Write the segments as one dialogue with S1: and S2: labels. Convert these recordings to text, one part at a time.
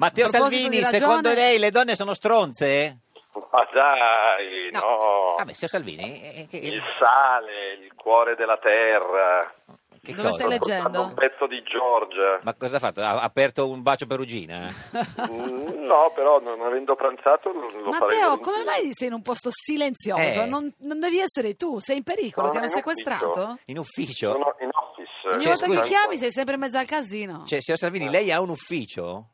S1: Matteo
S2: A proposito di
S1: Salvini,
S2: ragione-
S1: secondo lei le donne sono stronze?
S3: Ma dai, no.
S2: Ah,
S1: Vabbè, signor Salvini, eh, eh, che,
S3: Il sale, il cuore della terra.
S1: che
S2: Dove
S1: cosa?
S2: stai leggendo?
S3: Un pezzo di George.
S1: Ma cosa ha fatto? Ha ha aperto un bacio perugina?
S3: Mm, no, però non avendo pranzato lo, lo farei
S2: Matteo,
S3: volentieri.
S2: come mai sei in un posto silenzioso?
S1: Eh.
S2: Non, non devi essere tu, sei in pericolo,
S3: Sono
S2: ti hanno
S3: in ufficio.
S2: sequestrato?
S1: In ufficio?
S3: Sono in office.
S2: Ogni
S1: Cioè,
S2: volta che
S1: scusi.
S2: chiami sei sempre in mezzo al casino.
S1: Cioè, signor Salvini,
S3: Eh.
S1: lei ha un ufficio?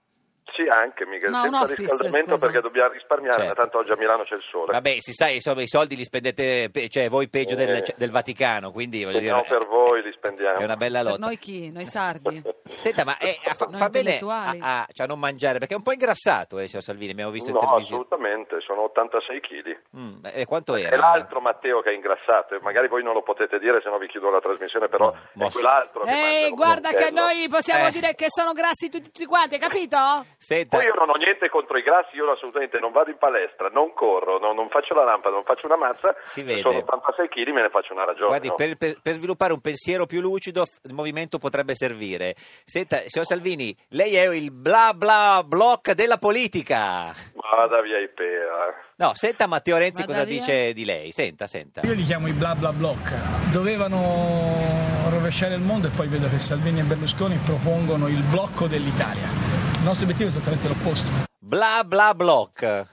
S3: Sì, anche, mica.
S2: No, un
S3: senza
S2: office,
S3: riscaldamento
S2: scusa.
S3: perché dobbiamo risparmiare,
S1: Certo.
S3: ma tanto oggi a Milano c'è il sole.
S1: Vabbè, si sa, insomma, i soldi li spendete, pe- cioè voi peggio del,
S3: Eh.
S1: cioè, del Vaticano, quindi voglio
S3: Se
S1: dire...
S3: no, per voi li spendiamo.
S1: È una bella
S2: Per
S1: lotta.
S2: noi chi? Noi sardi.
S1: Senta, ma eh, a fa,
S2: Noi
S1: fa bene
S2: intellettuali.
S1: a, a- cioè, a non mangiare, perché è un po' ingrassato, eh, signor Salvini, abbiamo visto in
S3: no,
S1: televisione.
S3: assolutamente, sono 86 kg.
S2: Eh,
S1: Mm, e quanto era?
S3: È l'altro Matteo che è ingrassato, e magari voi non lo potete dire, se no vi chiudo la trasmissione, però
S1: No, mossa.
S3: è quell'altro che mangia
S2: Ehi,
S3: un
S2: Eh, guarda che
S3: coltello.
S2: noi possiamo
S1: Eh.
S2: dire che sono grassi tutti, tutti quanti, hai capito?
S1: Senta,
S3: Poi io non ho niente contro i grassi, io assolutamente non vado in palestra, non corro, non, non faccio la lampada, non faccio una mazza,
S1: Si vede.
S3: sono 86 kg, me ne faccio una ragione.
S1: guardi,
S3: no?
S1: per, per- per sviluppare un pensiero più lucido f- il movimento potrebbe servire. Senta, signor Salvini, lei è il bla bla block della politica.
S3: Vada via i pera.
S1: No, senta Matteo Renzi
S2: Vada
S1: cosa
S2: via.
S1: dice di lei. Senta, senta.
S4: Io li chiamo i bla bla block. Dovevano rovesciare il mondo e poi vedo che Salvini e Berlusconi propongono il blocco dell'Italia. Il nostro obiettivo è esattamente l'opposto.
S1: Bla bla block.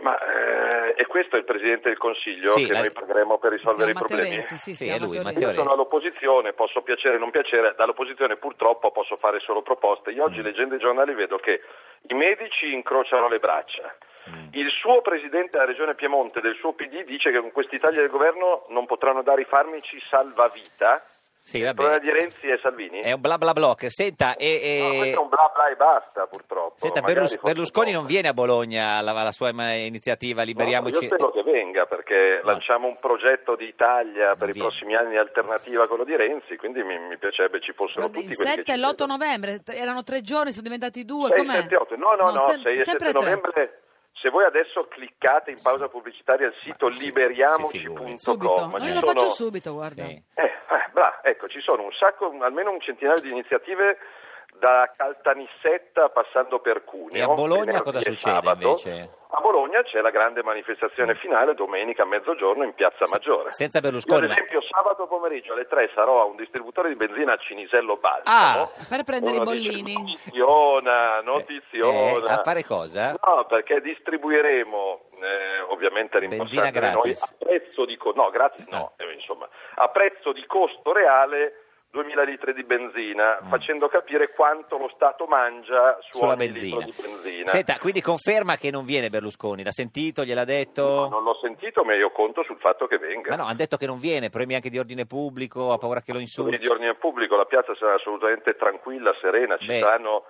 S3: Ma eh, e questo è il Presidente del Consiglio
S1: Sì,
S3: che
S1: la-
S3: noi pagheremo per
S2: Si chiama
S3: risolvere i
S2: Matteo
S3: problemi?
S2: Renzi, sì, si
S1: Sì,
S2: chiama
S1: è lui,
S2: Matteo
S1: Matteo
S3: Io
S2: Renzi.
S3: sono all'opposizione, posso piacere o non piacere, dall'opposizione purtroppo posso fare solo proposte. Io
S1: Mm.
S3: oggi leggendo i giornali vedo che i medici incrociano le braccia.
S1: Mm.
S3: Il suo presidente della regione Piemonte del suo PD dice che con questi tagli del governo non potranno dare i farmaci salvavita.
S1: Sì,
S3: Il
S1: va
S3: problema
S1: bene.
S3: di Renzi e Salvini?
S1: È un bla bla block. Senta, e,
S3: No,
S1: e-
S3: questo è un bla bla e basta
S1: eh.
S3: purtroppo.
S1: senta,
S3: Magari
S1: Berlus-
S3: fosse
S1: Berlusconi
S3: un po'.
S1: non viene a Bologna alla, alla sua ma- iniziativa
S3: No,
S1: Liberiamoci. Ah.
S3: io spero che venga perché
S1: No.
S3: lanciamo un progetto di Italia per i
S1: Vieni.
S3: prossimi anni alternativa a quello di Renzi, quindi mi, mi piacerebbe ci fossero
S2: Guarda,
S3: tutti
S2: il
S3: quelli
S2: 7
S3: che
S2: e
S3: ci
S2: l'8
S3: credono.
S2: novembre t- erano tre giorni, sono diventati due.
S3: 6,
S2: com'è?
S3: 7, 8. No, no, no,
S2: sem-
S3: 6 e 7
S2: tre.
S3: novembre. Se voi adesso cliccate in pausa pubblicitaria il sito
S1: Ma sì, si figuri.
S3: liberiamoci.com,
S2: Subito,
S3: ma
S2: ma
S3: ci
S2: io lo
S3: sono-
S2: faccio subito, guarda.
S1: Sì.
S3: Eh, eh, bra- ecco, ci sono un sacco, un- almeno un centinaio di iniziative da Caltanissetta passando per Cuneo.
S1: E a Bologna
S3: venerdì
S1: cosa
S3: e
S1: succede
S3: sabato.
S1: invece? Mm.
S3: A Bologna c'è la grande manifestazione finale domenica a mezzogiorno in Piazza Maggiore.
S1: senza Berlusconi,
S3: Io, ad
S1: ma-
S3: esempio, sabato pomeriggio alle 3 sarò a un distributore di benzina a Cinisello Balsamo.
S1: Ah,
S2: per prendere
S3: Uno
S2: i
S3: dice,
S2: bollini.
S3: notiziona,
S1: Eh,
S3: notiziona.
S1: eh, a fare cosa?
S3: No, perché distribuiremo eh, ovviamente
S1: Benzina
S3: rimborsante noi
S1: gratis.
S3: a prezzo di co- no, gratis no, eh, insomma, a prezzo di costo reale 2000 litri di benzina, facendo capire quanto lo Stato mangia su
S1: Mm. Sulla
S3: ogni
S1: benzina.
S3: litro di benzina.
S1: Senta, quindi conferma che non viene Berlusconi. L'ha sentito, gliel'ha detto?
S3: Non l'ho sentito, ma io conto sul fatto che venga.
S1: Ma no, hanno detto che non viene, problemi anche di ordine pubblico, ha paura che lo
S3: Quindi
S1: insulti.
S3: di ordine pubblico, la piazza sarà assolutamente tranquilla, serena, ci
S1: Beh.
S3: saranno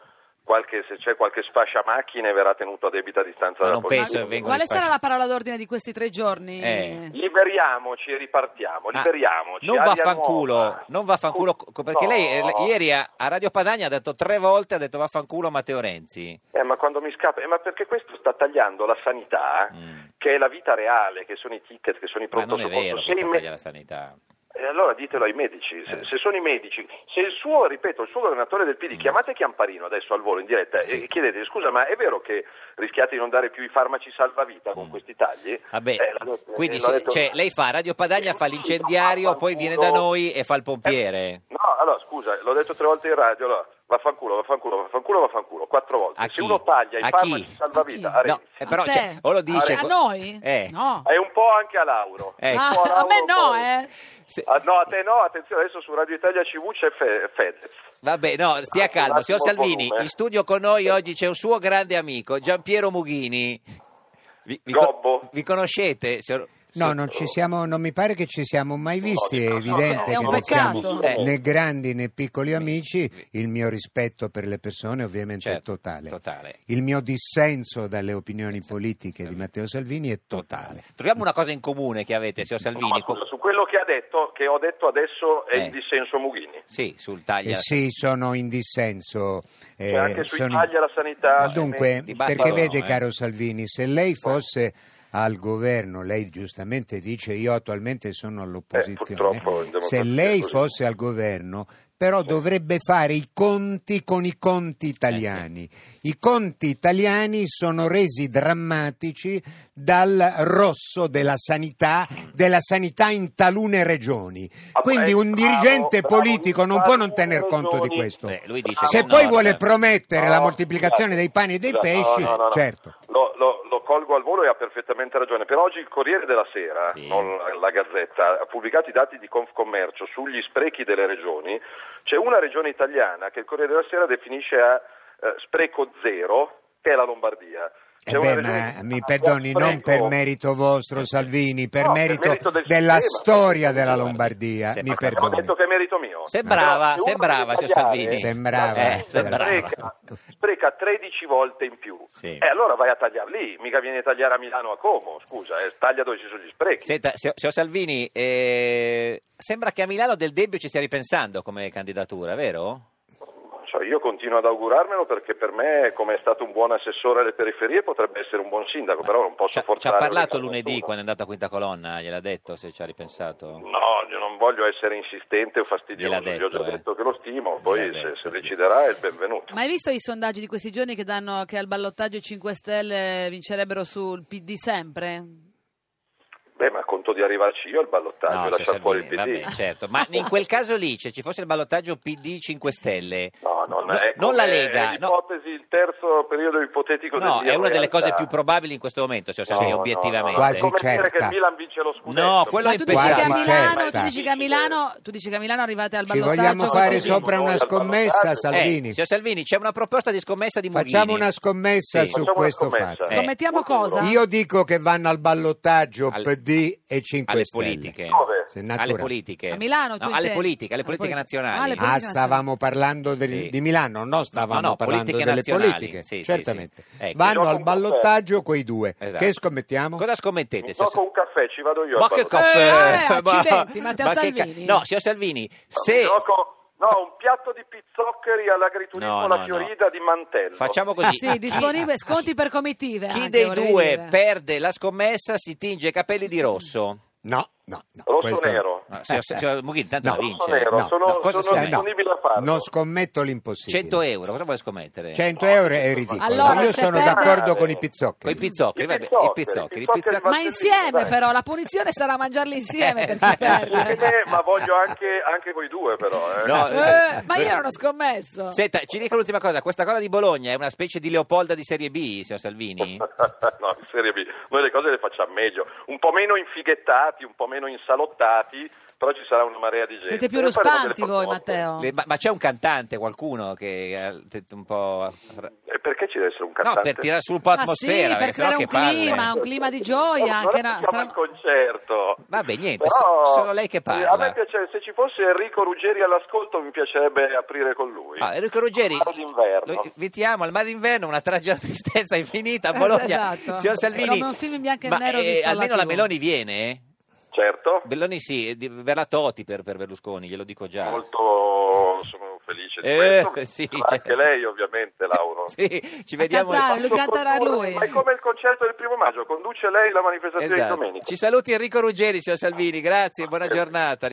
S3: qualche, se c'è qualche sfascia macchine verrà tenuto a debita distanza
S1: Ma
S3: dalla
S1: non
S3: polizia.
S1: penso che venga- Vengono
S2: Quale
S1: in
S2: sarà
S1: fascia.
S2: la parola d'ordine di questi tre giorni?
S1: Eh.
S3: Liberiamoci e ripartiamo,
S1: Ah,
S3: liberiamoci.
S1: non
S3: aria
S1: vaffanculo,
S3: nuova.
S1: non vaffanculo, co- co- perché
S3: No.
S1: lei eh, ieri a, a Radio Padania ha detto tre volte, ha detto vaffanculo a Matteo Renzi.
S3: Eh, ma quando mi scappa... Eh, ma perché questo sta tagliando la sanità,
S1: Mm.
S3: che è la vita reale, che sono i ticket, che sono i
S1: Ma
S3: pronto
S1: non è vero
S3: soccorso.
S1: che
S3: Se i me-
S1: taglia la sanità.
S3: Eh, allora ditelo ai medici, se,
S1: Eh. Mm.
S3: se sono i medici. Se il suo, ripeto, il suo governatore del PD, chiamate Chiamparino adesso al volo in diretta
S1: Sì.
S3: e chiedete, scusa, ma è vero che rischiate di non dare più i farmaci salvavita con questi tagli?
S1: Mm. Vabbè,
S3: Eh, l'ha detto-
S1: quindi
S3: eh,
S1: se-
S3: l'ha detto-
S1: cioè, lei fa Radio Padania, fa l'incendiario, poi viene da noi e fa il pompiere.
S3: Eh, No, allora scusa, l'ho detto tre volte in radio, allora vaffanculo, vaffanculo, vaffanculo, vaffanculo, quattro volte.
S1: A chi?
S3: Se uno taglia i
S1: A
S3: farmaci
S1: chi?
S3: salvavita,
S2: A chi?
S3: a
S1: No,
S3: Renzi,
S1: eh, però
S2: A te?
S1: cioè, o lo dice...
S2: a
S1: co-
S2: noi?
S1: Eh.
S2: No.
S3: e un po' anche a Lauro.
S1: Eh.
S3: Un
S2: Ah,
S3: po' Lauro,
S2: a me
S3: un po'
S2: no,
S3: Renzi.
S2: eh.
S1: Se-
S3: Ah, no, a te no, attenzione, adesso su Radio Italia CV c'è Fe- Fedez.
S1: Vabbè, no, stia
S3: Ah,
S1: calmo.
S3: un attimo
S1: Signor Salvini,
S3: volume.
S1: in studio con noi oggi c'è un suo grande amico, Giampiero Mughini. Vi, vi
S3: Gobbo.
S1: vi conoscete? signor-
S5: No, non ci siamo, non mi pare che ci siamo mai visti, è
S3: no,
S5: evidente
S2: è
S5: che
S2: un
S5: non
S2: peccato.
S5: siamo
S3: Eh.
S5: né grandi né piccoli amici, il mio rispetto per le persone ovviamente
S1: Certo,
S5: è Cioè, totale.
S1: totale.
S5: Il mio dissenso dalle opinioni politiche di Matteo Salvini è totale.
S1: Troviamo una cosa in comune che avete, signor
S3: No,
S1: Salvini.
S3: ma scusa, su quello che ha detto, che ho detto adesso è
S1: Eh.
S3: il dissenso Mughini.
S1: Sì, sul taglio.
S5: Eh sì, sono in dissenso. eh,
S3: anche sui
S5: sono-
S3: tagli alla sanità, sui
S5: Dunque,
S1: mezzi.
S5: perché
S1: Dibattito
S5: vede,
S1: no, eh.
S5: caro Salvini, se lei fosse al governo, lei giustamente dice io attualmente sono all'opposizione,
S3: purtroppo Eh, in democrazia
S5: se lei
S3: così.
S5: fosse al governo però dovrebbe fare i conti con i conti italiani. I conti italiani sono resi drammatici dal rosso della sanità, della sanità in talune regioni.
S3: Ah,
S5: Quindi
S3: eh,
S5: un
S3: bravo,
S5: dirigente
S3: bravo,
S5: politico non può non tener
S3: ragioni.
S5: conto di questo.
S1: Beh, lui dice
S5: Se
S1: che
S5: poi
S1: no,
S5: vuole
S1: eh.
S5: promettere la
S3: No, scusate,
S5: moltiplicazione dei pani e dei
S3: scusate, no,
S5: pesci,
S3: no, no, no.
S5: certo.
S3: Lo, lo- lo colgo al volo e ha perfettamente ragione. Per oggi il Corriere della Sera,
S1: Sì.
S3: non la- la Gazzetta, ha pubblicato i dati di Confcommercio sugli sprechi delle regioni. C'è una regione italiana che il Corriere della Sera definisce a eh, spreco zero, che è la Lombardia.
S5: Eh
S3: C'è una Ah,
S5: beh,
S3: regione-
S5: ma mi
S3: a
S5: perdoni, non
S3: spreco-
S5: per merito vostro Salvini, per
S3: No, per
S5: merito,
S3: merito del
S5: della
S3: sistema.
S5: storia della Lombardia,
S1: Sì,
S5: mi
S1: ma stiamo
S3: Ho
S5: perdoni.
S3: detto che è merito mio.
S1: Sembrava,
S3: Però se uno
S1: sembrava,
S3: deve
S1: signor Salvini.
S3: tagliare,
S5: Sembrava,
S1: Eh, sembrava.
S3: Spreca, spreca 13 volte in più.
S1: Sì.
S3: E allora vai a tagliare lì, mica vieni a tagliare a Milano o a Como, scusa, eh, taglia dove ci sono gli sprechi.
S1: Senta, signor signor Salvini, eh, sembra che a Milano del Debbio ci stia ripensando come candidatura, vero?
S3: Non so, io continuo ad augurarmelo perché per me, come è stato un buon assessore alle periferie, potrebbe essere un buon sindaco, però non posso
S1: Ci ha- ci
S3: forzare.
S1: ha parlato
S3: la diciamo,
S1: lunedì
S3: candidatura.
S1: quando è andata a quinta colonna, gliel'ha detto se ci ha ripensato?
S3: No, io non voglio essere insistente o fastidioso,
S1: Gliel'ha
S3: gli ho già
S1: detto, eh.
S3: detto che lo stimo,
S1: Gliel'ha
S3: poi
S1: detto,
S3: se, se
S1: sì.
S3: deciderà è il benvenuto.
S2: Ma hai visto i sondaggi di questi giorni che danno che al ballottaggio i 5 Stelle vincerebbero sul PD sempre?
S3: Beh, ma conto di arrivarci io al ballottaggio,
S1: No,
S3: lasciar
S1: signor
S3: fuori il
S1: Salvini,
S3: PD.
S1: vabbè, certo. Ma in quel caso lì, se ci fosse il ballottaggio PD 5 Stelle,
S3: No, non,
S1: no-
S3: è
S1: non la
S3: come
S1: Lega, no.
S3: l'ipotesi, il terzo periodo ipotetico del
S1: No,
S3: Milan,
S1: è una delle
S3: in realtà.
S1: cose più probabili in questo momento, se
S3: No,
S1: Salvini,
S3: no, no,
S1: obiettivamente.
S5: Quasi
S3: È come dire
S5: certa.
S3: che il Milan vince lo scudetto.
S1: No, quello
S2: Ma
S1: è
S2: tu dici, che a
S1: Quasi
S2: Milano,
S5: certo.
S2: tu dici che a Milano, tu dici che a Milano arrivate al
S5: Ci
S2: ballottaggio
S5: vogliamo
S2: con
S5: fare
S2: tutti-
S5: sopra una scommessa,
S1: Eh,
S5: Salvini?
S1: signor Salvini, c'è una proposta di scommessa di Mughini.
S5: Facciamo una scommessa
S1: Sì.
S5: su
S3: Facciamo una
S5: questo
S3: scommessa.
S5: fatto.
S1: Eh.
S2: Scommettiamo cosa?
S5: Io dico che vanno al ballottaggio
S1: Al-
S5: PD e 5
S1: alle
S5: Stelle.
S1: politiche.
S3: Dove?
S5: Se
S1: Alle
S5: naturale.
S1: politiche.
S2: A Milano, tu
S1: No, alle
S2: intendi?
S1: politiche, alle
S2: Alle
S1: politiche
S2: politiche.
S1: nazionali.
S2: Ah, alle
S5: Ah,
S2: politiche
S5: stavamo parlando del-
S1: Sì.
S5: di Milano, no stavamo
S1: No, no,
S5: parlando
S1: politiche
S5: delle
S1: nazionali.
S5: politiche.
S1: Sì, sì,
S5: Certamente.
S1: sì. Ecco.
S5: Vanno
S3: Gioco
S5: al
S3: un
S5: ballottaggio quei due.
S1: Esatto.
S5: Che scommettiamo?
S1: Cosa scommettete?
S3: Mi
S1: signor
S3: tocco
S1: Sal-
S3: un caffè, ci vado io.
S1: Ma
S3: al
S1: che
S3: ballottaggio.
S1: caffè!
S2: Eh,
S1: Ma-
S2: accidenti, Matteo
S1: ma che
S2: Salvini.
S1: ca- No, signor Salvini, se...
S3: Mi tocco- No, un piatto di pizzoccheri all'agriturismo
S1: No,
S3: La
S1: no,
S3: Fiorida
S1: no.
S3: di Mantello.
S1: Facciamo
S2: Ah,
S1: così.
S2: sì, disponibile sconti per comitive.
S1: Chi
S2: anche,
S1: dei
S2: volevi
S1: due
S2: dire.
S1: perde la scommessa si tinge i capelli di rosso?
S5: No, no, no.
S3: Rosso
S5: questo-
S3: nero.
S1: No, signor- signor Mughini, tanto
S5: Eh, No,
S1: la
S3: Rosso
S1: vince.
S3: nero.
S5: No,
S3: sono
S1: no, cosa
S3: sono
S1: scommette?
S3: disponibile a farlo.
S5: Non scommetto l'impossibile.
S1: 100 euro, cosa vuole scommettere?
S5: 100 euro è ridicolo.
S2: Allora, se
S5: Io sono
S2: perde-
S5: d'accordo
S3: Eh,
S5: con i
S1: Con i
S5: pizzoccheri.
S1: pizzoccheri,
S3: I
S1: vabbè, i
S3: pizzoccheri,
S1: pizzoccheri, i
S3: i
S1: pizzoccheri.
S3: pizzoccheri.
S2: Ma insieme
S3: Dai.
S2: però, la punizione sarà mangiarli insieme per chi
S3: Anche
S2: perde.
S3: me, ma voglio anche, anche voi due però. eh.
S1: No,
S2: Eh, ma io ero uno scommesso.
S1: Senta, ci dica l'ultima cosa, questa cosa di Bologna è una specie di Leopolda di Serie B, signor Salvini?
S3: no, in Serie B. Noi le cose le facciamo meglio, un po' meno infighettati, un po' meno insalottati, però ci sarà una marea di gente.
S2: Siete più
S3: E faremo delle
S2: ruspanti voi,
S3: proposte.
S2: Matteo.
S1: Le- ma, ma c'è un cantante, qualcuno che ha detto un po'...
S3: E perché ci deve essere un
S1: No,
S3: cantante?
S1: per tirare su un po'
S2: Ah,
S1: l'atmosfera,
S2: sì,
S1: perché
S2: per
S1: sennò
S2: creare
S1: che
S2: un
S1: palle.
S2: clima, un clima di
S3: No,
S2: gioia.
S3: non
S2: Anche
S3: è
S2: una-
S3: che
S2: sarà-
S3: chiama il concerto.
S1: Vabbè, niente,
S3: Però-
S1: so- solo lei che parla.
S3: A me piace, se ci fosse Enrico Ruggeri all'ascolto mi piacerebbe aprire con lui.
S1: Ah, Enrico Ruggeri,
S3: Mare d'inverno.
S1: lo invitiamo al mare d'inverno, una tragedia di tristezza infinita a Bologna.
S2: Esatto.
S1: Signor Salvini,
S2: Come un film in bianco e
S1: ma,
S2: nero
S1: eh,
S2: visto alla
S1: almeno la
S2: TV.
S1: Meloni viene? eh?
S3: Certo,
S1: Meloni sì, eh, di- verrà Toti per, per Berlusconi, glielo dico già.
S3: molto sono felice di
S1: Eh,
S3: questo.
S1: sì,
S3: Ma
S1: certo.
S3: anche lei ovviamente Lauro.
S1: sì, ci vediamo.
S2: cantare, Lui canterà
S3: Condurre-
S2: lui.
S3: Ma è come il concerto del primo maggio, conduce lei la manifestazione di
S1: Esatto.
S3: domenica.
S1: Ci saluti Enrico Ruggeri, signor Salvini, grazie, buona giornata.